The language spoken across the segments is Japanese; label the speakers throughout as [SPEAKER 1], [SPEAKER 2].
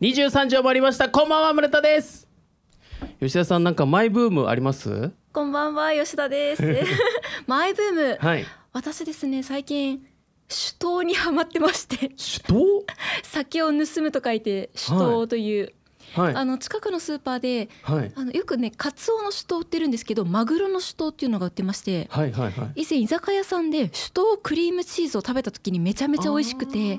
[SPEAKER 1] 23時を回りましたこんばんは村田です吉田さんなんかマイブームあります
[SPEAKER 2] こんばんは吉 田ですマイブーム、
[SPEAKER 1] はい
[SPEAKER 2] 私ですね最近酒盗にハマってまして
[SPEAKER 1] 手刀
[SPEAKER 2] 酒を盗むと書いて酒盗という、
[SPEAKER 1] はい
[SPEAKER 2] あの近くのスーパーで
[SPEAKER 1] はい
[SPEAKER 2] あのよくねカツオの酒盗売ってるんですけどマグロの酒盗っていうのが売ってまして
[SPEAKER 1] はいはいはい
[SPEAKER 2] 以前居酒屋さんで酒盗クリームチーズを食べた時にめちゃめちゃ美味しくて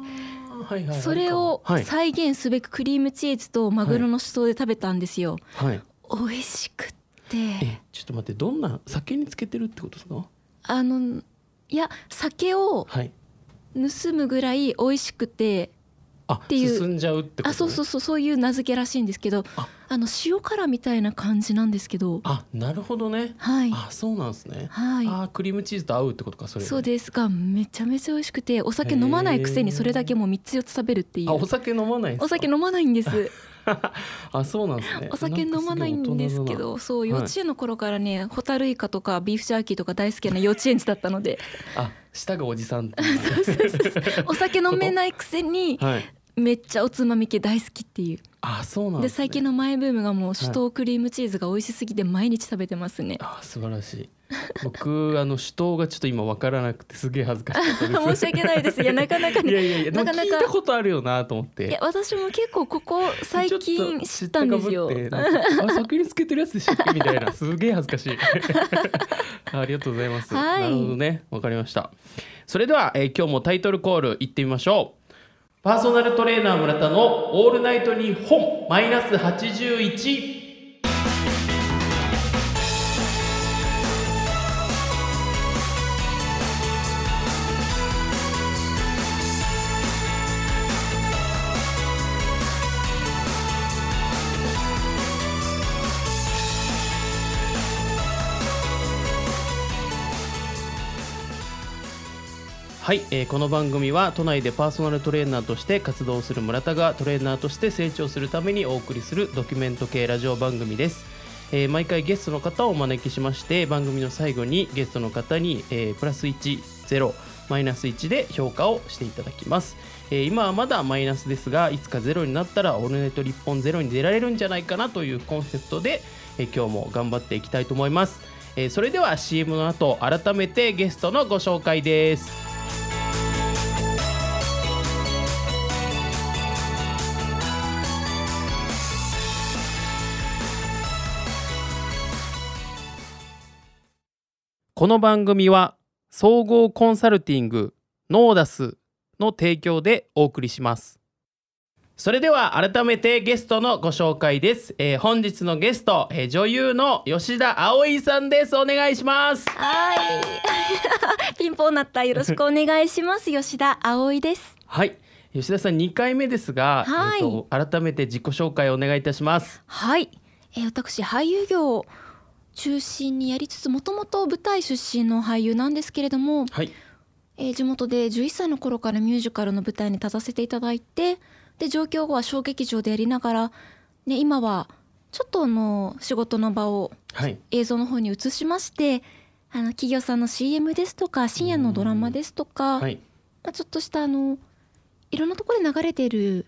[SPEAKER 1] あーはいはいはい
[SPEAKER 2] それを
[SPEAKER 1] はい
[SPEAKER 2] 再現すべくクリームチーズとマグロの酒盗で食べたんですよ、
[SPEAKER 1] はい
[SPEAKER 2] 美味しくって
[SPEAKER 1] えちょっと待ってどんな酒につけてるってことですか
[SPEAKER 2] あのいや酒を
[SPEAKER 1] はい
[SPEAKER 2] 盗むぐらい美味しくて
[SPEAKER 1] あ
[SPEAKER 2] ていう
[SPEAKER 1] 進んじゃうってこと
[SPEAKER 2] あそうそううそうそういう名付けらしいんですけど
[SPEAKER 1] あ
[SPEAKER 2] あの塩辛みたいな感じなんですけど
[SPEAKER 1] あなるほどね
[SPEAKER 2] はい
[SPEAKER 1] あそうなんですね
[SPEAKER 2] は
[SPEAKER 1] あークリームチーズと合うってことかそ
[SPEAKER 2] い
[SPEAKER 1] れ
[SPEAKER 2] そうですがめちゃめちゃ美味しくてお酒飲まないくせにそれだけもう3つ4つ食べるってい
[SPEAKER 1] あお
[SPEAKER 2] う
[SPEAKER 1] 酒飲まないんですか
[SPEAKER 2] お酒飲まない んです
[SPEAKER 1] あそうなんですね
[SPEAKER 2] お酒飲まないんですけどそう
[SPEAKER 1] はい
[SPEAKER 2] 幼稚園の頃からねホタルイカとかビーフジャーキーとか大好きな幼稚園児だった ので
[SPEAKER 1] あ舌がおじさんっていうね
[SPEAKER 2] お酒飲めないくせに
[SPEAKER 1] はい
[SPEAKER 2] めっちゃおつまみ系大好きっていう
[SPEAKER 1] あそうなん
[SPEAKER 2] で
[SPEAKER 1] です、ね、
[SPEAKER 2] 最近のマイブームがもう首都クリームチーズが美味しすぎて毎日食べてますね
[SPEAKER 1] あ素晴らしい僕あの首都がちょっと今わからなくてすげえ恥ずかしかったです
[SPEAKER 2] 申し訳ないですいやなかなか
[SPEAKER 1] いや
[SPEAKER 2] ね
[SPEAKER 1] いやいやでも
[SPEAKER 2] なかな
[SPEAKER 1] 聞い
[SPEAKER 2] か
[SPEAKER 1] たことあるよなと思っ
[SPEAKER 2] い
[SPEAKER 1] て
[SPEAKER 2] や私も結構ここ最
[SPEAKER 1] ちょ
[SPEAKER 2] 近
[SPEAKER 1] っと
[SPEAKER 2] 知ったんですよ
[SPEAKER 1] 知ったかぶってなんかあ酒につけてるやつでしたっけみたい なすげえ恥ずかしい ありがとうございます、
[SPEAKER 2] はい
[SPEAKER 1] なるほどねわかりましたそれでは、えー今日もタイトルコールいってみましょうパーソナルトレーナー村田のオールナイトニッポンマイナス81はい、えーこの番組は都内でパーソナルトレーナーとして活動する村田がトレーナーとして成長するためにお送りするドキュメント系ラジオ番組です、えー毎回ゲストの方をお招きしまして番組の最後にゲストの方に、えープラス10マイナス1で評価をしていただきます、えー今はまだマイナスですがいつか0になったら「オールネット日本ゼロに出られるんじゃないかなというコンセプトで、えー今日も頑張っていきたいと思います、えーそれでは CM の後改めてゲストのご紹介ですこの番組は総合コンサルティングノーダスの提供でお送りしますそれでは改めてゲストのご紹介です、えー本日のゲスト、えー女優の吉田葵さんですお願いします
[SPEAKER 2] はい ピンポンなったよろしくお願いします吉田葵です
[SPEAKER 1] はい吉田さん2回目ですが、
[SPEAKER 2] はい
[SPEAKER 1] えーと改めて自己紹介をお願いいたします
[SPEAKER 2] はい、えー私俳優業を中心にやりつつもともと舞台出身の俳優なんですけれども、
[SPEAKER 1] はい
[SPEAKER 2] えー地元で11歳の頃からミュージカルの舞台に立たせていただいてで上京後は小劇場でやりながら、ね、今はちょっとあの仕事の場を
[SPEAKER 1] はい
[SPEAKER 2] 映像の方に移しましてあの企業さんの CM ですとか深夜のドラマですとか、
[SPEAKER 1] はい
[SPEAKER 2] まあ、ちょっとしたあのいろんなところで流れている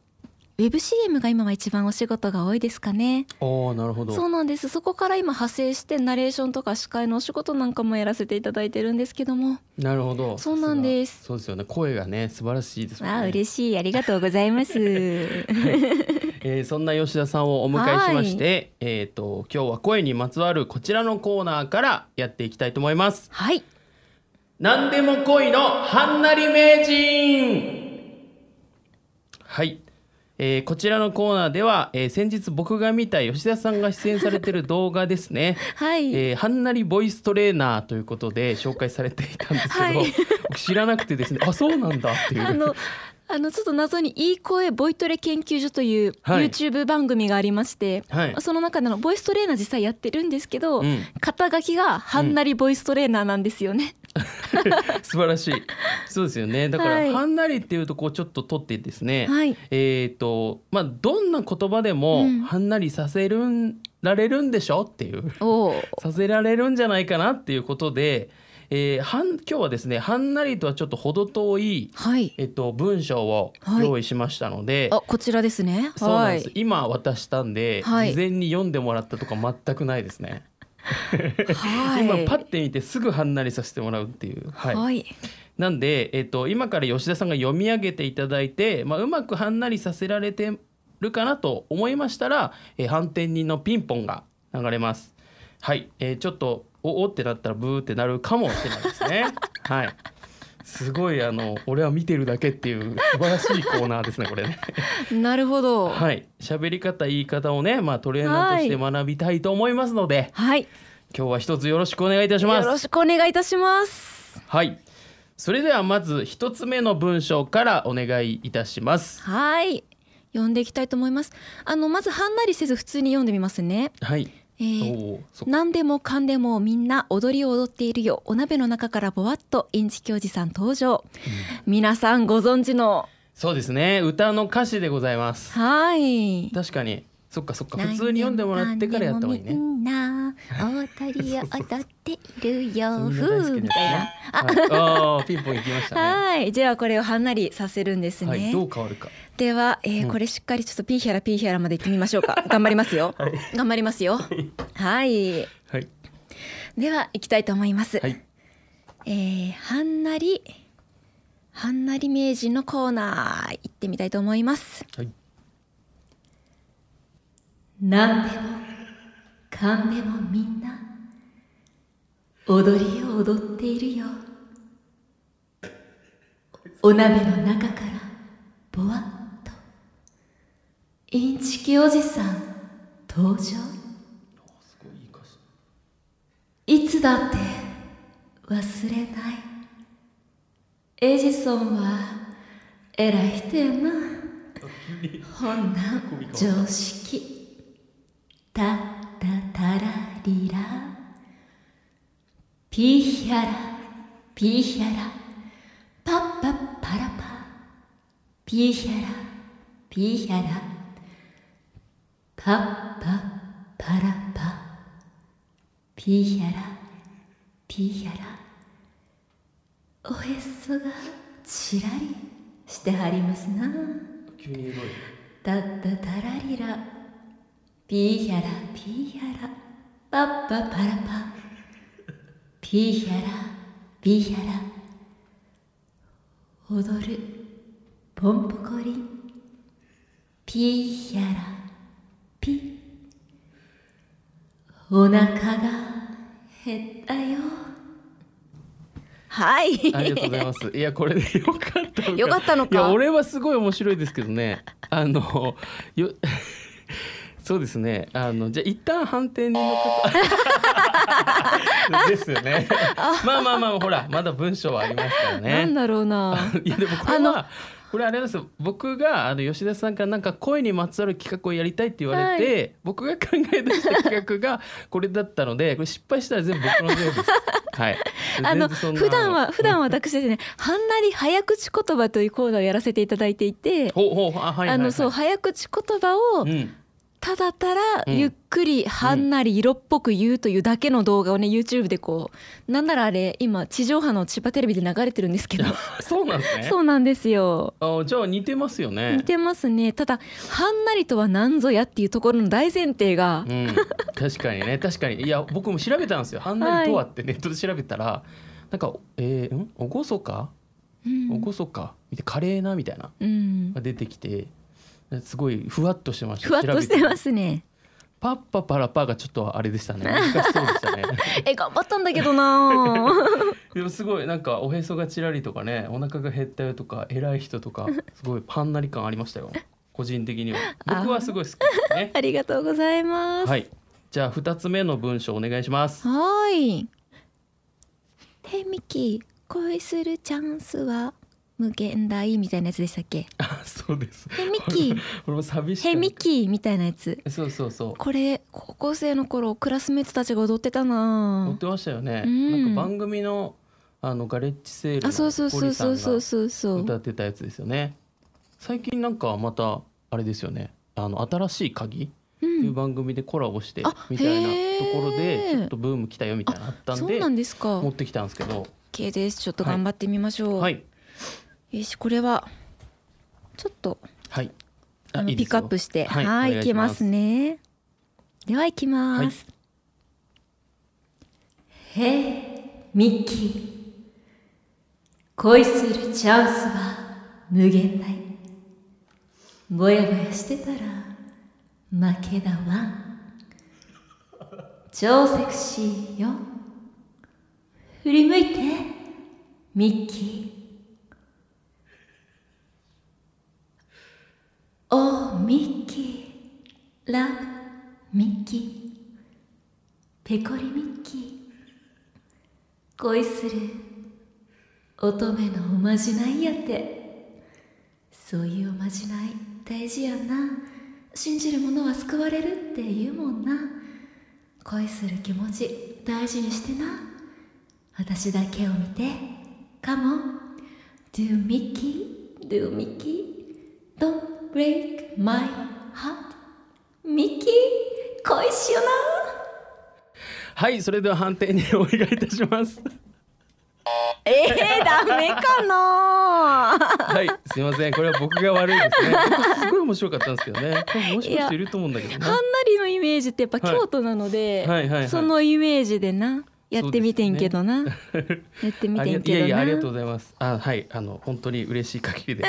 [SPEAKER 2] ウェブ CM が今は一番お仕事が多いですかね。
[SPEAKER 1] おーなるほど
[SPEAKER 2] そうなんですそこから今派生してナレーションとか司会のお仕事なんかもやらせていただいてるんですけども
[SPEAKER 1] なるほど
[SPEAKER 2] そうなんです
[SPEAKER 1] そうですよね声がね素晴らしいですもんね
[SPEAKER 2] わあ嬉しいありがとうございます
[SPEAKER 1] えーそんな吉田さんをお迎えしまして、えっ、と今日は声にまつわるこちらのコーナーからやっていきたいと思います。
[SPEAKER 2] はい
[SPEAKER 1] 何でも恋のはんなり名人。はい。えーこちらのコーナーでは、えー先日僕が見た吉田さんが出演されてる動画ですね。
[SPEAKER 2] はい、
[SPEAKER 1] えー、はんなりボイストレーナーということで 紹介されていたんですけど、
[SPEAKER 2] はい
[SPEAKER 1] 僕知らなくてですねあそうなんだっていう
[SPEAKER 2] あのあのちょっと謎に「いい声ボイトレ研究所」という
[SPEAKER 1] はい
[SPEAKER 2] YouTube 番組がありまして、
[SPEAKER 1] はい
[SPEAKER 2] その中でのボイストレーナー実際やってるんですけど、
[SPEAKER 1] うん
[SPEAKER 2] 肩書きがはんなりボイストレーナーなんですよね。
[SPEAKER 1] 素晴らしい。そうですよね。だから、
[SPEAKER 2] はい
[SPEAKER 1] はんなりっていうとこをちょっと取ってですね。
[SPEAKER 2] はい
[SPEAKER 1] えっ、と、まあ、どんな言葉でも、
[SPEAKER 2] うん
[SPEAKER 1] はんなりさせるん、られるんでしょっていう。
[SPEAKER 2] おー
[SPEAKER 1] させられるんじゃないかなっていうことで。えー、はん今日はですねはんなりとはちょっと程遠い、
[SPEAKER 2] はい。
[SPEAKER 1] えっと、文章を
[SPEAKER 2] はい
[SPEAKER 1] 用意しましたので、
[SPEAKER 2] あ、こちらですね。
[SPEAKER 1] そうなん
[SPEAKER 2] は
[SPEAKER 1] です、
[SPEAKER 2] い。
[SPEAKER 1] 今渡したんで、
[SPEAKER 2] はい
[SPEAKER 1] 事前に読んでもらったとか全くないですね、
[SPEAKER 2] はい。
[SPEAKER 1] 今パッて見てすぐはんなりさせてもらうっていう、はい
[SPEAKER 2] はい。
[SPEAKER 1] なんで、えっと、今から吉田さんが読み上げていただいて、まあ、うまくはんなりさせられてるかなと思いましたら、えー、反転人のピンポンが流れます。はい、えーちょっとおおってなったらブーってなるかもしれないですね。はい。すごいあの俺は見てるだけっていう素晴らしいコーナーですねこれね。
[SPEAKER 2] なるほど。はい。
[SPEAKER 1] はい。喋り方言い方をねまあトレーナーとして学びたいと思いますので、今日は一つよろしくお願いいたしま
[SPEAKER 2] よ
[SPEAKER 1] す。
[SPEAKER 2] ろしくお願いいたします。
[SPEAKER 1] はい。それではまず一つ目の文章からお願いいたします。
[SPEAKER 2] はい。読んでいきたいと思います。あのまずはんなりせず普通に読んでみますね。
[SPEAKER 1] はい。
[SPEAKER 2] え
[SPEAKER 1] お
[SPEAKER 2] ー、
[SPEAKER 1] おー、そっか
[SPEAKER 2] 何でもかんでもみんな踊りを踊っているよお鍋の中からぼわっとインチキおじさん登場、皆さんご存知の
[SPEAKER 1] そうですね。歌の歌詞でございます。
[SPEAKER 2] はい
[SPEAKER 1] 確かに。そっかそっか。普通に読んでもらってからやった方がいいね
[SPEAKER 2] 何で。もみんな踊りを踊っているよ
[SPEAKER 1] みん
[SPEAKER 2] ふ
[SPEAKER 1] な大好
[SPEAKER 2] う
[SPEAKER 1] き
[SPEAKER 2] み
[SPEAKER 1] で
[SPEAKER 2] たいな
[SPEAKER 1] すね。ああー、ピンポン行きま したね。
[SPEAKER 2] はいじゃあこれをはんなりさせるんですね、
[SPEAKER 1] はい。どう変わるか。
[SPEAKER 2] では、えー
[SPEAKER 1] うん
[SPEAKER 2] これしっかりちょっとピーヒャラピーヒャラまで行ってみましょ うか頑張りますよ、
[SPEAKER 1] はい
[SPEAKER 2] 頑張りますよはい
[SPEAKER 1] はい。
[SPEAKER 2] では行きたいと思います、
[SPEAKER 1] はい。
[SPEAKER 2] えー、はんなりはんなり名人のコーナー行ってみたいと思います
[SPEAKER 1] はい。
[SPEAKER 2] なんでもかんでもみんな踊りを踊っているよお鍋の中からぼわっとインチキおじさん登場いつだって忘れないエジソンは偉い人やな本難常識タッタタラリラピーヒャラピーヒャラパッパッパラパピーヒャラピーヒャラパッパッパラパピーヒャラピーヒャラおへそがちらりしてはりますな
[SPEAKER 1] 急に動い
[SPEAKER 2] タッタタラリラピーヒャラピーヒャラパッパパラパピーヒャラピーヒャラ踊るポンポコリンピーヒャラピお腹が減ったよはい
[SPEAKER 1] ありがとうございます。いや、これ でよかったのか。
[SPEAKER 2] よかったの
[SPEAKER 1] い
[SPEAKER 2] か
[SPEAKER 1] や、俺はすごい面白いですけど ね。あの、よ。 そうですね。あの、じゃ、一旦反転の方。 ですよね。まあまあまあ、ほら、まだ文章はありますから
[SPEAKER 2] なん
[SPEAKER 1] ね。
[SPEAKER 2] だろうな
[SPEAKER 1] いや、でも、これ
[SPEAKER 2] あの
[SPEAKER 1] は。これあれなんですよ僕があの吉田さんからなんか声にまつわる企画をやりたいって言われて、僕が考え出した企画がこれだったのでこれ失敗したら全部僕のせい です。はい、
[SPEAKER 2] あの
[SPEAKER 1] 全然そんな
[SPEAKER 2] 普段は普段私ですね「はんなり早口言葉」というコーナーをやらせていただいていて、
[SPEAKER 1] ほうほうほうあはいはいはい、
[SPEAKER 2] あのそう早口言葉を
[SPEAKER 1] うん、
[SPEAKER 2] ただたら
[SPEAKER 1] うん
[SPEAKER 2] ゆっくりはんなり色っぽく言うというだけの動画をね YouTube でこうなんならあれ今地上波の千葉テレビで流れてるんです けど
[SPEAKER 1] そうなんですね
[SPEAKER 2] そうなんですよ。
[SPEAKER 1] あじゃあ似てますよね
[SPEAKER 2] 似てますねただ「はんなりとは何ぞや」っていうところの大前提が
[SPEAKER 1] うん、確かにね確かにいや僕も調べたんですよ「はんなりとは」ってネットで調べたら、なんか「えー、んおごそか
[SPEAKER 2] う
[SPEAKER 1] お
[SPEAKER 2] ん、
[SPEAKER 1] ごそか」みたいな「華麗な」みたいな
[SPEAKER 2] うん
[SPEAKER 1] が出てきてすごいふわっとしてました
[SPEAKER 2] ふわっとしてますす ね
[SPEAKER 1] パッパパラパがちょっとあれでしたね難しそうでしたね
[SPEAKER 2] え頑張ったんだけどな
[SPEAKER 1] でもすごいなんかおへそがちらりとかねお腹が減ったよとか偉い人とかすごいパンなり感ありましたよ個人的には僕はすごい好きですね
[SPEAKER 2] ありがとうございます
[SPEAKER 1] はい。じゃあ二つ目の文章お願いします。
[SPEAKER 2] はーい。ヘミキ恋するチャンスは無限大みたいなやつでしたっ け？
[SPEAKER 1] あ、そうです。
[SPEAKER 2] ヘミキ
[SPEAKER 1] これも寂しい。
[SPEAKER 2] ヘミ。キみたいなやつ。
[SPEAKER 1] そうそうそう。
[SPEAKER 2] これ高校生の頃クラスメートたちが踊ってたな
[SPEAKER 1] 載っ
[SPEAKER 2] ぁ。
[SPEAKER 1] てましたよね。
[SPEAKER 2] うん
[SPEAKER 1] なんか番組のあのガレッジセール
[SPEAKER 2] あ、そうそう
[SPEAKER 1] のポ
[SPEAKER 2] そう
[SPEAKER 1] リさ
[SPEAKER 2] そ
[SPEAKER 1] ん
[SPEAKER 2] うそう
[SPEAKER 1] が
[SPEAKER 2] そうそう。
[SPEAKER 1] 歌ってたやつですよね。最近なんかまたあれですよね。あの新しい鍵
[SPEAKER 2] うん
[SPEAKER 1] いう番組でコラボして
[SPEAKER 2] あ
[SPEAKER 1] みたいな
[SPEAKER 2] へー
[SPEAKER 1] ところでちょっとブーム来たよみたいなのあったん
[SPEAKER 2] そう
[SPEAKER 1] で
[SPEAKER 2] なんですか
[SPEAKER 1] 持ってきたんですけど
[SPEAKER 2] OK ですちょっと頑張ってみましょう、
[SPEAKER 1] はい
[SPEAKER 2] よしこれはちょっと
[SPEAKER 1] はいあ
[SPEAKER 2] あの
[SPEAKER 1] いいで
[SPEAKER 2] ピ
[SPEAKER 1] す
[SPEAKER 2] ッ
[SPEAKER 1] よ
[SPEAKER 2] クアップしてはい
[SPEAKER 1] お
[SPEAKER 2] い
[SPEAKER 1] 願
[SPEAKER 2] きますねではいきます、
[SPEAKER 3] へえ、ミッキー。恋するチャンスは無限大。ぼやぼやしてたら負けだわん。超セクシーよ。振り向いて、ミッキー。おー、ミッキー。ラブ、ミッキー。ペコリミッキー。恋する乙女のおまじないやってそういうおまじない大事やんな信じる者は救われるって言うもんな恋する気持ち大事にしてな私だけを見てカモン Do Mickey Do Mickey Don't break my heart ミッキー恋しよな
[SPEAKER 1] はいそれでは判定にお願いいたします
[SPEAKER 2] えー、ダメかな
[SPEAKER 1] はいすいませんこれは僕が悪いですね僕すごい面白かったんですけどねこれ面白い人いると思うんだけどね
[SPEAKER 2] はんなりのイメージってやっぱ
[SPEAKER 1] はい
[SPEAKER 2] 京都なので、
[SPEAKER 1] はいはいはい
[SPEAKER 2] そのイメージでなやってみてんけどな、 やってみ
[SPEAKER 1] あり
[SPEAKER 2] て
[SPEAKER 1] がい
[SPEAKER 2] んけど
[SPEAKER 1] や
[SPEAKER 2] ない
[SPEAKER 1] やありがとうございますあはいあの本当に嬉しい限り で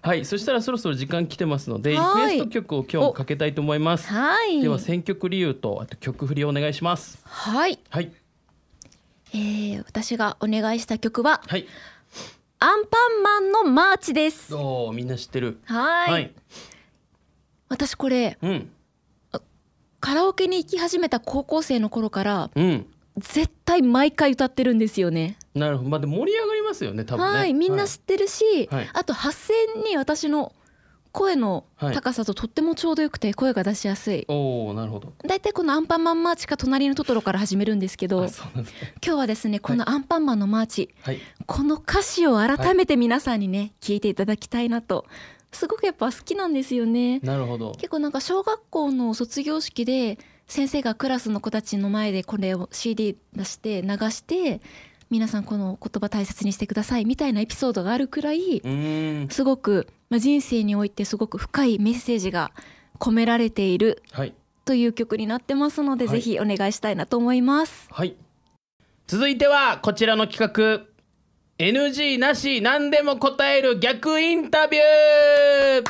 [SPEAKER 1] はいそしたらそろそろ時間来てますのでリク
[SPEAKER 2] は
[SPEAKER 1] エ
[SPEAKER 2] い
[SPEAKER 1] スト曲を今日もかけたいと思います
[SPEAKER 2] はい
[SPEAKER 1] では選曲理由とあと曲振りをお願いします
[SPEAKER 2] はい、
[SPEAKER 1] はい
[SPEAKER 2] えー、私がお願いした曲は
[SPEAKER 1] はい
[SPEAKER 2] アンパンマンのマーチですは
[SPEAKER 1] おーみんな知ってる
[SPEAKER 2] ーい私これ
[SPEAKER 1] うん
[SPEAKER 2] カラオケに行き始めた高校生の頃から
[SPEAKER 1] うん
[SPEAKER 2] 絶対毎回歌ってるんですよね
[SPEAKER 1] なるほどまあでも盛り上がりますよね多分ね
[SPEAKER 2] はい、みんな知ってるし、
[SPEAKER 1] はい
[SPEAKER 2] あと発声に私の声の高さととってもちょうどよくて声が出しやすい。
[SPEAKER 1] おおなるほど
[SPEAKER 2] だいたいこのアンパンマンマーチか隣のトトロから始めるんですけど、
[SPEAKER 1] あ
[SPEAKER 2] 今
[SPEAKER 1] そうなんですね
[SPEAKER 2] 日はですね、このアンパンマンのマーチ、
[SPEAKER 1] はい
[SPEAKER 2] この歌詞を改めて皆さんにね、聞いていただきたいなと、すごくやっぱ好きなんですよね。
[SPEAKER 1] なるほど
[SPEAKER 2] 結構なんか小学校の卒業式で先生がクラスの子たちの前でこれを CD 出して流して皆さんこの言葉大切にしてくださいみたいなエピソードがあるくらいう
[SPEAKER 1] ーん
[SPEAKER 2] すごく、まあ、人生においてすごく深いメッセージが込められている
[SPEAKER 1] はい
[SPEAKER 2] という曲になってますので、
[SPEAKER 1] はい
[SPEAKER 2] ぜひお願いしたいなと思います。
[SPEAKER 1] はい続いてはこちらの企画 NG なし何でも答える逆インタビュー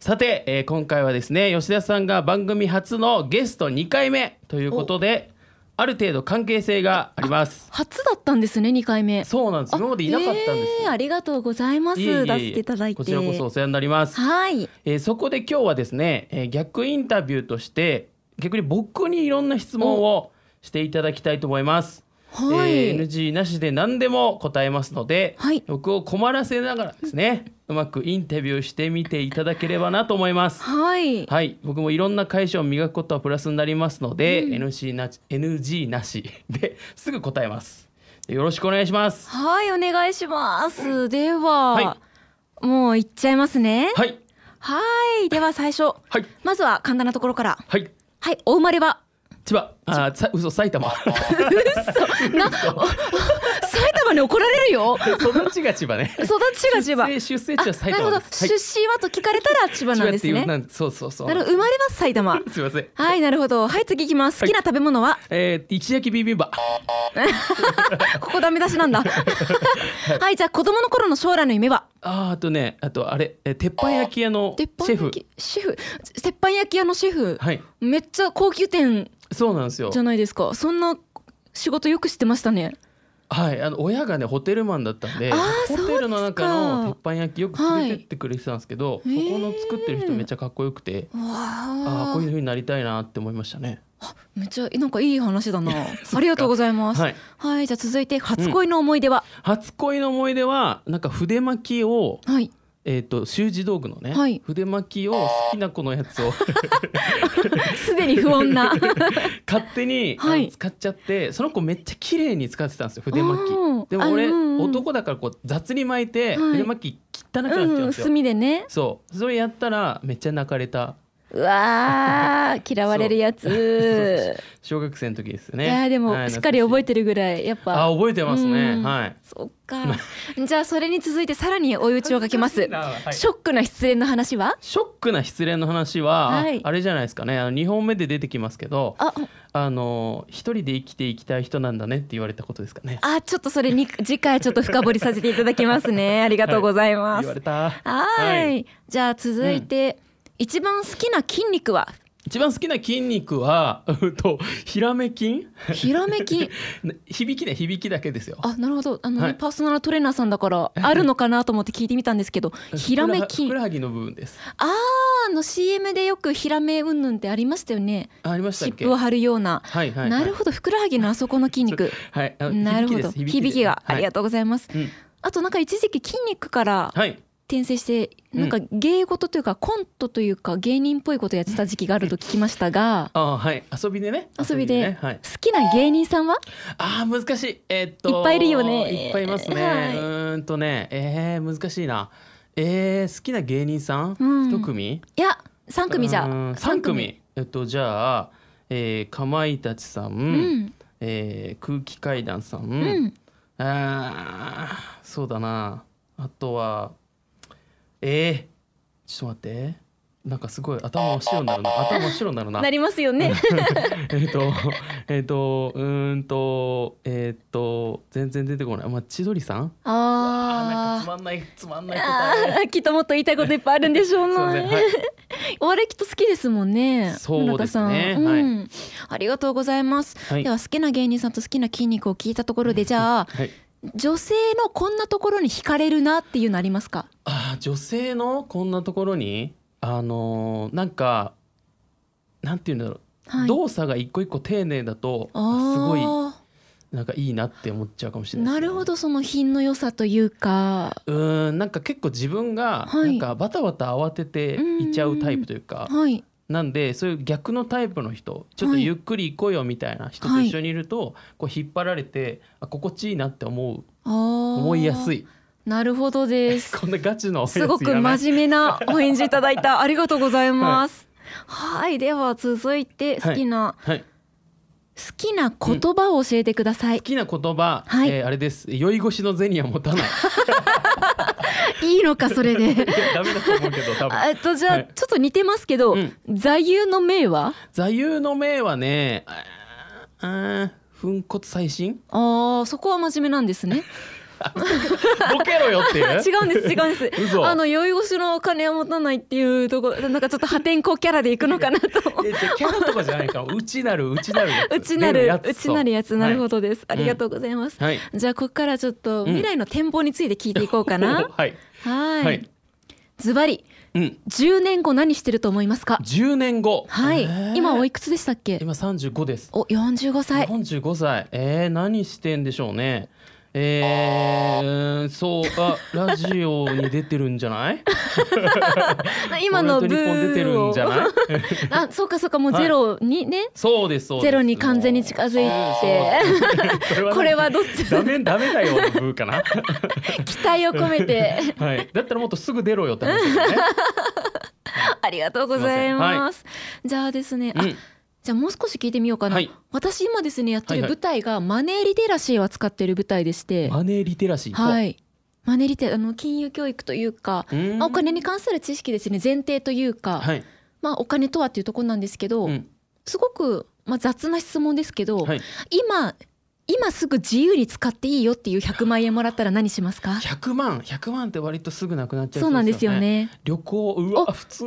[SPEAKER 1] さて、えー今回はですね吉田さんが番組初のゲスト2回目ということである程度関係性があります
[SPEAKER 2] 初だったんですね、二回目。
[SPEAKER 1] そうなんです
[SPEAKER 2] あ
[SPEAKER 1] 今までいなかったんですよ、
[SPEAKER 2] えーありがとうございます。
[SPEAKER 1] いえいえいえ
[SPEAKER 2] 出していただいて。
[SPEAKER 1] こちらこそお世話になります
[SPEAKER 2] はい。
[SPEAKER 1] えーそこで今日はですね、えー逆インタビューとして逆に僕にいろんな質問をしていただきたいと思います。
[SPEAKER 2] はい
[SPEAKER 1] えー NG なしで何でも答えますので、
[SPEAKER 2] はい
[SPEAKER 1] 僕を困らせながらですねうまくインタビューしてみていただければなと思います。
[SPEAKER 2] はい。
[SPEAKER 1] はい僕もいろんな解消を磨くことはプラスになりますので、NG, な NG なしですぐ答えます。よろしくお願いします。
[SPEAKER 2] はい、お願いします。では、
[SPEAKER 1] は
[SPEAKER 2] もういっちゃいますね。
[SPEAKER 1] はい
[SPEAKER 2] はい。では最初、
[SPEAKER 1] はい
[SPEAKER 2] まずは簡単なところから。
[SPEAKER 1] はい
[SPEAKER 2] はい、お生まれは
[SPEAKER 1] 千葉あーさ嘘埼 玉
[SPEAKER 2] 埼玉に怒られ るよ。
[SPEAKER 1] 育ちが千葉ね。
[SPEAKER 2] 育ちが千葉。
[SPEAKER 1] 出生出生地は
[SPEAKER 2] あ
[SPEAKER 1] 埼
[SPEAKER 2] なるほ
[SPEAKER 1] 玉で
[SPEAKER 2] ど、
[SPEAKER 1] す。はい
[SPEAKER 2] 出身はと聞かれたら千葉なんで
[SPEAKER 1] 千葉っ
[SPEAKER 2] す
[SPEAKER 1] てい
[SPEAKER 2] ね。
[SPEAKER 1] う
[SPEAKER 2] な
[SPEAKER 1] な
[SPEAKER 2] る
[SPEAKER 1] んそうそうそう。
[SPEAKER 2] ほど生まれは埼玉。
[SPEAKER 1] すみません。
[SPEAKER 2] はい、なるほど。はい、次行きます。好きな食べ物は、
[SPEAKER 1] えー、一焼きビビンバ。
[SPEAKER 2] ここダメ出しな んだ。はい、じゃあ子供の頃の将来の夢は
[SPEAKER 1] あーあとね、あとあれ、えー鉄板焼き屋のシ
[SPEAKER 2] 鉄板
[SPEAKER 1] ェフ
[SPEAKER 2] 焼。きシェフ鉄板焼き屋のシェフ、
[SPEAKER 1] はい。
[SPEAKER 2] めっちゃ高級店
[SPEAKER 1] そうなんですよ
[SPEAKER 2] じ。ゃないですか。そんな仕事よく知ってましたね。
[SPEAKER 1] はい、あの親がねホテルマンだったんで、
[SPEAKER 2] あー
[SPEAKER 1] ホテルの中
[SPEAKER 2] そう
[SPEAKER 1] の
[SPEAKER 2] ですか
[SPEAKER 1] 鉄板焼きよく連れてってくれてたんですけど、
[SPEAKER 2] はい
[SPEAKER 1] そこの作ってる人めっちゃかっこよくて、
[SPEAKER 2] わ
[SPEAKER 1] ああ
[SPEAKER 2] あ
[SPEAKER 1] こういう風になりたいなって思いましたね。
[SPEAKER 2] めっちゃなんかいい 話だな。ありがとうございます。は
[SPEAKER 1] はいい、
[SPEAKER 2] じゃあ続いて初恋の思い出は、
[SPEAKER 1] 初恋の思い出はなんか筆巻きを
[SPEAKER 2] はい。
[SPEAKER 1] えっ、と習字道具のね、
[SPEAKER 2] はい
[SPEAKER 1] 筆巻きを好きな子のやつを。
[SPEAKER 2] すでに不穏な。
[SPEAKER 1] 勝手に、
[SPEAKER 2] は
[SPEAKER 1] あ
[SPEAKER 2] い
[SPEAKER 1] の使っちゃってその子めっちゃ綺麗に使ってたんですよ筆巻き
[SPEAKER 2] おー
[SPEAKER 1] でも俺、
[SPEAKER 2] あうんうん
[SPEAKER 1] 男だからこう雑に巻いて、
[SPEAKER 2] はい
[SPEAKER 1] 筆巻き切っ汚くなっちゃうん
[SPEAKER 2] う
[SPEAKER 1] で
[SPEAKER 2] ん
[SPEAKER 1] すよ、
[SPEAKER 2] 炭でね
[SPEAKER 1] そうそれやったらめっちゃ泣かれた
[SPEAKER 2] うわー嫌われるや
[SPEAKER 1] そう
[SPEAKER 2] つ
[SPEAKER 1] 小学生の時ですよ
[SPEAKER 2] い
[SPEAKER 1] ね
[SPEAKER 2] やーでもしっかり覚え
[SPEAKER 1] て
[SPEAKER 2] てるぐらいやっぱ
[SPEAKER 1] あ覚えてますね
[SPEAKER 2] うん
[SPEAKER 1] はい
[SPEAKER 2] そっかじゃあそれに続いてさらに追い打ちをかけます
[SPEAKER 1] はい
[SPEAKER 2] ショックな失恋の話は
[SPEAKER 1] ショックな失恋の話は、
[SPEAKER 2] はい
[SPEAKER 1] あれじゃないですかねあの2本目で出てきますけど
[SPEAKER 2] あ
[SPEAKER 1] あの一人で生きていきたい人なんだねって言われたことですかね
[SPEAKER 2] あちょっとそれに次回ちょっと深掘りさせていただきますねありがとうございま
[SPEAKER 1] 言
[SPEAKER 2] す
[SPEAKER 1] わ
[SPEAKER 2] は
[SPEAKER 1] れた
[SPEAKER 2] ーい
[SPEAKER 1] は
[SPEAKER 2] じゃあ続いて、一番好きな筋肉は
[SPEAKER 1] 一番好きな筋肉はうんとひらめ筋
[SPEAKER 2] ひらめき
[SPEAKER 1] 響きね響きだけですよ
[SPEAKER 2] あなるほどあのね、
[SPEAKER 1] はい
[SPEAKER 2] パーソナルトレーナーさんだからあるのかなと思って聞いてみたんです けどひらめ
[SPEAKER 1] ふ
[SPEAKER 2] き
[SPEAKER 1] くら
[SPEAKER 2] あ
[SPEAKER 1] はぎの部分です
[SPEAKER 2] ーあの CM でよくひらめうんぬんってありましたよね
[SPEAKER 1] あありました
[SPEAKER 2] 湿
[SPEAKER 1] っけ
[SPEAKER 2] 布を貼るような、
[SPEAKER 1] はいはい、
[SPEAKER 2] なるほどふくらはぎのあそこの筋肉
[SPEAKER 1] どはいあの
[SPEAKER 2] なるほ
[SPEAKER 1] 響きで
[SPEAKER 2] ど
[SPEAKER 1] す
[SPEAKER 2] 響
[SPEAKER 1] 響
[SPEAKER 2] き
[SPEAKER 1] きです
[SPEAKER 2] が、ありがとうございます
[SPEAKER 1] はい、うん
[SPEAKER 2] あとなんか一時期筋肉から
[SPEAKER 1] はい
[SPEAKER 2] 転生して
[SPEAKER 1] うん
[SPEAKER 2] なんか芸事というかコントというか芸人っぽいことやってた時期があると聞きましたが
[SPEAKER 1] あーはい遊びでね
[SPEAKER 2] 遊びで
[SPEAKER 1] ねはい
[SPEAKER 2] 好きな芸人さんは
[SPEAKER 1] あー難しいえーっと
[SPEAKER 2] いっぱいいるよね
[SPEAKER 1] いっぱいいますね、
[SPEAKER 2] はいう
[SPEAKER 1] ーんとねえー、難しいなえー、好きな芸人さん一、
[SPEAKER 2] うん
[SPEAKER 1] 組
[SPEAKER 2] いや3組じゃ
[SPEAKER 1] うん三組えっとじゃあ、えー、かまいたちさん、
[SPEAKER 2] うん
[SPEAKER 1] えー、空気階段さん、
[SPEAKER 2] うん、
[SPEAKER 1] あーそうだなあとはえー、ちょっと待ってなんかすごい頭真っ白になるな頭真っ白になるな
[SPEAKER 2] なりますよね
[SPEAKER 1] えっとえっとうーんとえっと全然出てこないまあ千鳥さんあーなんか
[SPEAKER 2] あ
[SPEAKER 1] つ
[SPEAKER 2] ー
[SPEAKER 1] まんないつまんない
[SPEAKER 2] あ
[SPEAKER 1] 答え
[SPEAKER 2] ーきっともっと言いたいこといっぱいあるんでしょう
[SPEAKER 1] すいませんは
[SPEAKER 2] ね
[SPEAKER 1] い
[SPEAKER 2] お笑いきっと好きですもんね
[SPEAKER 1] そうですね
[SPEAKER 2] 村田さん、
[SPEAKER 1] はい
[SPEAKER 2] うん、ありがとうございます、
[SPEAKER 1] はい
[SPEAKER 2] では好きな芸人さんと好きな筋肉を聞いたところでじゃあ
[SPEAKER 1] はい
[SPEAKER 2] 女性のこんなところに惹かれるなっていうのありますか
[SPEAKER 1] あー女性のこんなところにあのーなんかなんていうんだろう、
[SPEAKER 2] はい
[SPEAKER 1] 動作が一個一個丁寧だと
[SPEAKER 2] あー
[SPEAKER 1] すごいなんかいいなって思っちゃうかもしれないです
[SPEAKER 2] な
[SPEAKER 1] ね、
[SPEAKER 2] るほどその品の良さというか
[SPEAKER 1] うーんなんか結構自分が
[SPEAKER 2] は
[SPEAKER 1] ないんかバタバタ慌てていちゃうタイプというか、
[SPEAKER 2] はい
[SPEAKER 1] なんでそういう逆のタイプの人ちょっと
[SPEAKER 2] はい
[SPEAKER 1] ゆっくり行こうよみたいな人と一緒にいると、こう引っ張られてあ心地いいなって思う
[SPEAKER 2] 思
[SPEAKER 1] 思いやすい
[SPEAKER 2] なるほどで す
[SPEAKER 1] こんなガチのやつい
[SPEAKER 2] す
[SPEAKER 1] らない
[SPEAKER 2] ごく真面目なお返事いただ いたありがとうございますはいでは続いて好きな、
[SPEAKER 1] はい、
[SPEAKER 2] 好きな言葉を教えてください
[SPEAKER 1] 好、きな言葉、
[SPEAKER 2] はい
[SPEAKER 1] えーあれです酔い越しの銭は持 たない
[SPEAKER 2] いいのかそれで
[SPEAKER 1] ダメだと思うけど多分
[SPEAKER 2] あえっとじゃあ、
[SPEAKER 1] はい
[SPEAKER 2] ちょっと似てますけど、
[SPEAKER 1] うん
[SPEAKER 2] 座右の銘は
[SPEAKER 1] 座右の銘はねあーあー粉骨細 心
[SPEAKER 2] あーそこは真面目なんですね
[SPEAKER 1] ボケろよっていう
[SPEAKER 2] 違うんです違うんです
[SPEAKER 1] 嘘
[SPEAKER 2] あの酔い越しのお金は持たないっていうところなんかちょっと破天荒キャラでいくのかなと
[SPEAKER 1] いやじゃあキャラとかじゃないか内なる内なるやつ
[SPEAKER 2] うちな
[SPEAKER 1] 出
[SPEAKER 2] る
[SPEAKER 1] やつ
[SPEAKER 2] うちなるやつなるほどです、
[SPEAKER 1] い
[SPEAKER 2] ありがとうございます、
[SPEAKER 1] はい
[SPEAKER 2] じゃあここからちょっと
[SPEAKER 1] ん
[SPEAKER 2] 未来の展望について聞いていこう かな、
[SPEAKER 1] はい
[SPEAKER 2] は
[SPEAKER 1] はいい
[SPEAKER 2] ズバリ
[SPEAKER 1] うん
[SPEAKER 2] 10年後何してると思いますか
[SPEAKER 1] 10年後
[SPEAKER 2] はい、
[SPEAKER 1] えー
[SPEAKER 2] 今おいくつでしたっけ
[SPEAKER 1] 今35です
[SPEAKER 2] お45歳
[SPEAKER 1] 45歳えー、何してんでしょうねえー、そう あラジオに出てるんじゃない
[SPEAKER 2] 今のブ
[SPEAKER 1] オールナイトニッポン出て
[SPEAKER 2] ー
[SPEAKER 1] る
[SPEAKER 2] を
[SPEAKER 1] んじゃない
[SPEAKER 2] あそうかそうかもう
[SPEAKER 1] はい
[SPEAKER 2] ゼロにね、
[SPEAKER 1] そうですそうです
[SPEAKER 2] ゼロに完全に近づいて
[SPEAKER 1] もうそうそれはね
[SPEAKER 2] これはどっち
[SPEAKER 1] ダメダメだよのブーかな
[SPEAKER 2] 期待 を込 めて
[SPEAKER 1] はいだったらもっとすぐ出ろよって話だ よね
[SPEAKER 2] ありがとうございますじゃあですね、あ
[SPEAKER 1] うん
[SPEAKER 2] じゃあもう少し聞いてみようかな、
[SPEAKER 1] はい
[SPEAKER 2] 私今ですねやって
[SPEAKER 1] は
[SPEAKER 2] る
[SPEAKER 1] いはい
[SPEAKER 2] 舞台がマネーリテラシーを扱ってる舞台でしては
[SPEAKER 1] マネーリテラシー
[SPEAKER 2] い、マネーリテあの金融教育というか、
[SPEAKER 1] うーん
[SPEAKER 2] まあお金に関する知識ですね前提というか、
[SPEAKER 1] はい、
[SPEAKER 2] まあお金とはっていうところなんですけど、
[SPEAKER 1] うん
[SPEAKER 2] すごく、まあ、雑な質問ですけど、
[SPEAKER 1] はい、
[SPEAKER 2] 今今すぐ自由に使っていいよっていう100万円もらったら何しますか
[SPEAKER 1] 100万100万って割とすぐなくなっちゃい
[SPEAKER 2] そうなんですよね
[SPEAKER 1] 旅行う
[SPEAKER 2] お
[SPEAKER 1] わ普通、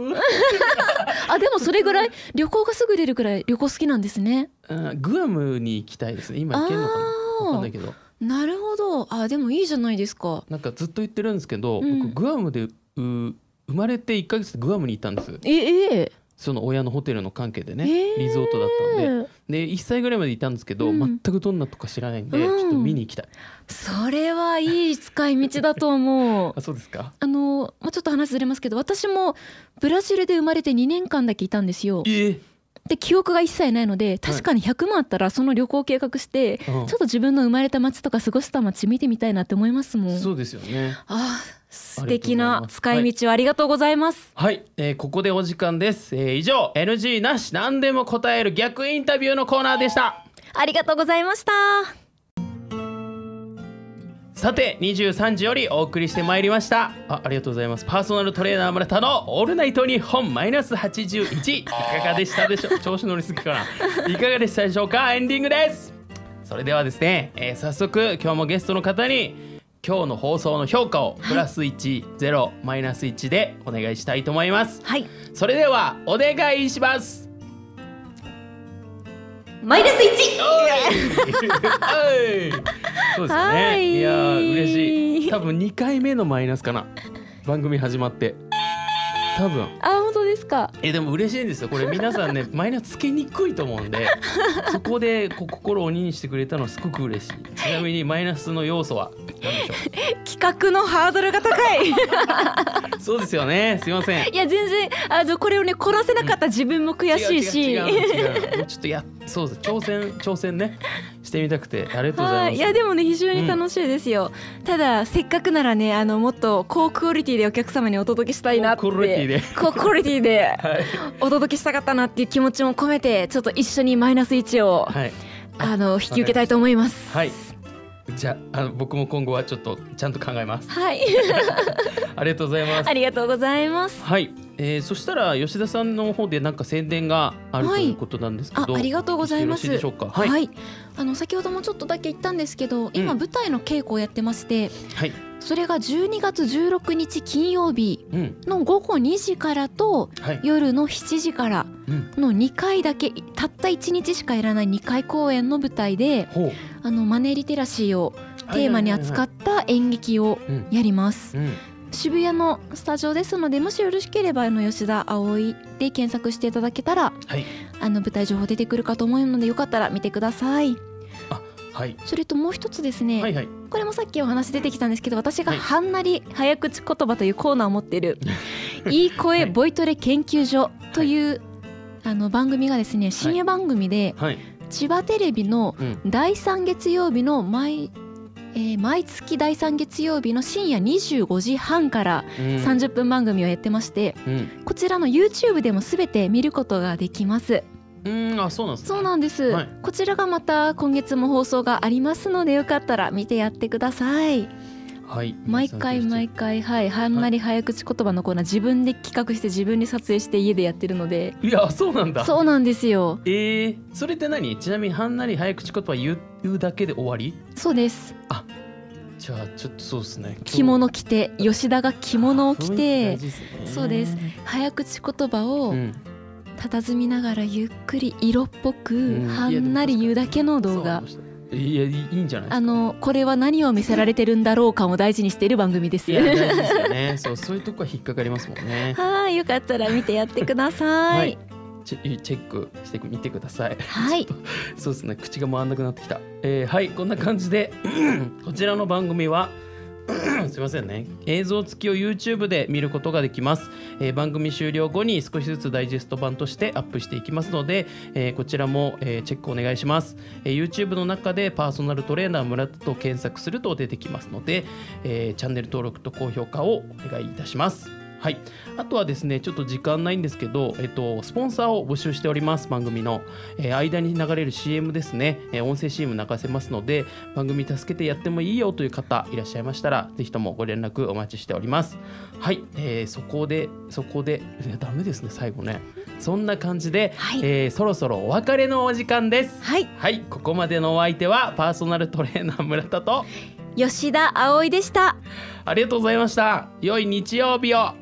[SPEAKER 2] あでもそれぐらい旅行がすぐ出るくらい旅行好きなんですね
[SPEAKER 1] うん、グアムに行きたいですね今行けるのかな
[SPEAKER 2] あー
[SPEAKER 1] わかんないけど
[SPEAKER 2] なるほどあでもいいじゃないですか
[SPEAKER 1] なんかずっと言ってるんですけど、
[SPEAKER 2] うん
[SPEAKER 1] 僕グアムでう生まれて1ヶ月でグアムに行ったんです
[SPEAKER 2] ええ
[SPEAKER 1] その親のホテルの関係でね、
[SPEAKER 2] へー
[SPEAKER 1] リゾートだったんでで1歳ぐらいまでいたんですけど、
[SPEAKER 2] うん
[SPEAKER 1] 全くどんなとこか知らないんで、
[SPEAKER 2] うん
[SPEAKER 1] ちょっと見に行きたい
[SPEAKER 2] それはいい使い道だと思 う
[SPEAKER 1] あそうですか
[SPEAKER 2] あの、まあ、ちょっと話ずれますけど私もブラジルで生まれて2年間だけいたんですよ
[SPEAKER 1] えー、
[SPEAKER 2] で記憶が一切ないので確かに100万あったらその旅行計画して、
[SPEAKER 1] うん
[SPEAKER 2] ちょっと自分の生まれた町とか過ごした町見てみたいなって思いますもん。
[SPEAKER 1] そうですよね
[SPEAKER 2] あー素
[SPEAKER 1] ありがとうござい
[SPEAKER 2] 敵
[SPEAKER 1] ます
[SPEAKER 2] な使い道をありがとうございます。
[SPEAKER 1] はい、えーここでお時間です、えー以上 NG なし何でも答える逆インタビューのコーナーでした
[SPEAKER 2] ありがとうございました。
[SPEAKER 1] さて23時よりお送りしてまいりましたあありがとうございますパーソナルトレーナー村田のオールナイトニッポンマイナス81いかがでしたでしょう調子乗りすぎかないかがでしたでしょうかエンディングですそれではですね、えー早速今日もゲストの方に今日の放送の評価をプラス1、ゼロマイナス1でお願いしたいと思います
[SPEAKER 2] はい。
[SPEAKER 1] それではお願いします
[SPEAKER 2] マイナス一。
[SPEAKER 1] はいそうですよね、、
[SPEAKER 2] はいい
[SPEAKER 1] やー嬉しい多分2回目のマイナスかな番組始まって多分
[SPEAKER 2] あー本当ですか。
[SPEAKER 1] えでも嬉しいんですよこれ皆さん ねマイナスつけにくいと思うんでそこでこう心を鬼にしてくれたのはすごく嬉しいちなみにマイナスの要素は何でしょ
[SPEAKER 2] 企画のハードルが高 い。いう
[SPEAKER 1] そうですよねすいません
[SPEAKER 2] や全然あのこれをねこなせなかった自分も悔しいし。
[SPEAKER 1] 違う違う違う違うもうちょっとやそうです挑戦挑戦ねしてみたくてありがとうござ
[SPEAKER 2] はいい、い
[SPEAKER 1] ます
[SPEAKER 2] やでもね非常に楽しいですよ、ただせっかくならねあのもっと高クオリティでお客様にお届けしたいなって
[SPEAKER 1] 高クオリティで
[SPEAKER 2] 高クオリティで
[SPEAKER 1] はい、
[SPEAKER 2] お届けしたかったなっていう気持ちも込めてちょっと一緒にマイナス1を、
[SPEAKER 1] はい
[SPEAKER 2] あの引き受けたいと思います
[SPEAKER 1] はい。じゃああの僕も今後はちょっとちゃんと考えます。
[SPEAKER 2] はい
[SPEAKER 1] ありがとうございます
[SPEAKER 2] あ。りがとうございます
[SPEAKER 1] はい、えー、そしたら吉田さんの方でなんか宣伝があるということなんですけ
[SPEAKER 2] あ
[SPEAKER 1] ど、
[SPEAKER 2] ありがとうございます
[SPEAKER 1] よろしいでしょうか。はい、
[SPEAKER 2] は
[SPEAKER 1] はい、
[SPEAKER 2] いあの先ほどもちょっとだけ言ったんですけど今舞台の稽古をやってまして、それが12月16日金曜日
[SPEAKER 1] うん、
[SPEAKER 2] の午後2時からと
[SPEAKER 1] はい、
[SPEAKER 2] 夜の7時から
[SPEAKER 1] うん、
[SPEAKER 2] の2回だけたった1日しかやらない2回公演の舞台で
[SPEAKER 1] ほう。
[SPEAKER 2] あのマネーリテラシーをテーマに扱
[SPEAKER 1] っ
[SPEAKER 2] った演劇を
[SPEAKER 1] て、うん、
[SPEAKER 2] やります
[SPEAKER 1] うん、
[SPEAKER 2] 渋谷のスタジオですのでもしよろしければあの吉田葵で検索していただけたら
[SPEAKER 1] はい、
[SPEAKER 2] あの舞台情報出てくるかと思うのでよかったら見てください
[SPEAKER 1] はい、
[SPEAKER 2] それともう一つですね、
[SPEAKER 1] はい、はい、
[SPEAKER 2] これもさっきお話出てきたんですけど私が
[SPEAKER 1] はい
[SPEAKER 2] はんなり早口言葉というコーナーを持って いる「いい声ボイトレ研究所」という、あの番組がですね深夜番組で
[SPEAKER 1] はい、
[SPEAKER 2] 千葉テレビの
[SPEAKER 1] うん、
[SPEAKER 2] 第3月曜日の毎,、えー毎月第3月曜日の深夜25時半から
[SPEAKER 1] 三、
[SPEAKER 2] 30分番組をやってまして
[SPEAKER 1] うん、
[SPEAKER 2] こちらの YouTube でも全て見ることができます
[SPEAKER 1] うん、あ、そうなんです、ね。
[SPEAKER 2] そうなんです、
[SPEAKER 1] はい
[SPEAKER 2] こちらがまた今月も放送がありますのでよかったら見てやってください
[SPEAKER 1] はい、
[SPEAKER 2] 毎回毎
[SPEAKER 1] 回。
[SPEAKER 2] 回はいはんなり早口言葉のコーナー自分で企画して自分で撮影して家でやってるので
[SPEAKER 1] いや、そうなんだ。
[SPEAKER 2] そうなんですよ
[SPEAKER 1] えー、それって何？ちなみにはんなり早口言葉言う言うだけで終わり？
[SPEAKER 2] そうです
[SPEAKER 1] じゃあちょっとそうですね。
[SPEAKER 2] 着物着て吉田が着物を着てそうです
[SPEAKER 1] ね
[SPEAKER 2] 早口言葉
[SPEAKER 1] う
[SPEAKER 2] を
[SPEAKER 1] ん
[SPEAKER 2] 佇みながらゆっくり色っぽく
[SPEAKER 1] うん
[SPEAKER 2] はんなり言うだけの
[SPEAKER 1] そ
[SPEAKER 2] 動画
[SPEAKER 1] うなんですいやいいいいんじゃないですか
[SPEAKER 2] あのこれは何を見せられてるんだろう感を大事にしている番組です
[SPEAKER 1] いや大事ですよね そうそういうとこは引っかかりますもんね
[SPEAKER 2] はいよかったら見てやってください
[SPEAKER 1] チェチェックしてみてください
[SPEAKER 2] はい
[SPEAKER 1] そうですね口が回んなくなってきた、えーはいこんな感じで こちらの番組は すいませんね映像付きを YouTube で見ることができます、えー番組終了後に少しずつダイジェスト版としてアップしていきますので、えーこちらも、えーチェックお願いします、えー YouTube の中でパーソナルトレーナー村田と検索すると出てきますので、えーチャンネル登録と高評価をお願いいたしますはい、あとはですねちょっと時間ないんですけど、えっと、スポンサーを募集しております番組の、えー間に流れる CM ですね、えー音声 CM 流せますので番組助けてやってもいいよという方いらっしゃいましたらぜひともご連絡お待ちしておりますはい、えーそこでそこで いやダメですね最後ねそんな感じで、
[SPEAKER 2] はい
[SPEAKER 1] えーそろそろお別れのお時間です
[SPEAKER 2] はい
[SPEAKER 1] はいここまでのお相手はパーソナルトレーナー村田と
[SPEAKER 2] 吉田葵でした
[SPEAKER 1] ありがとうございました良い日曜日を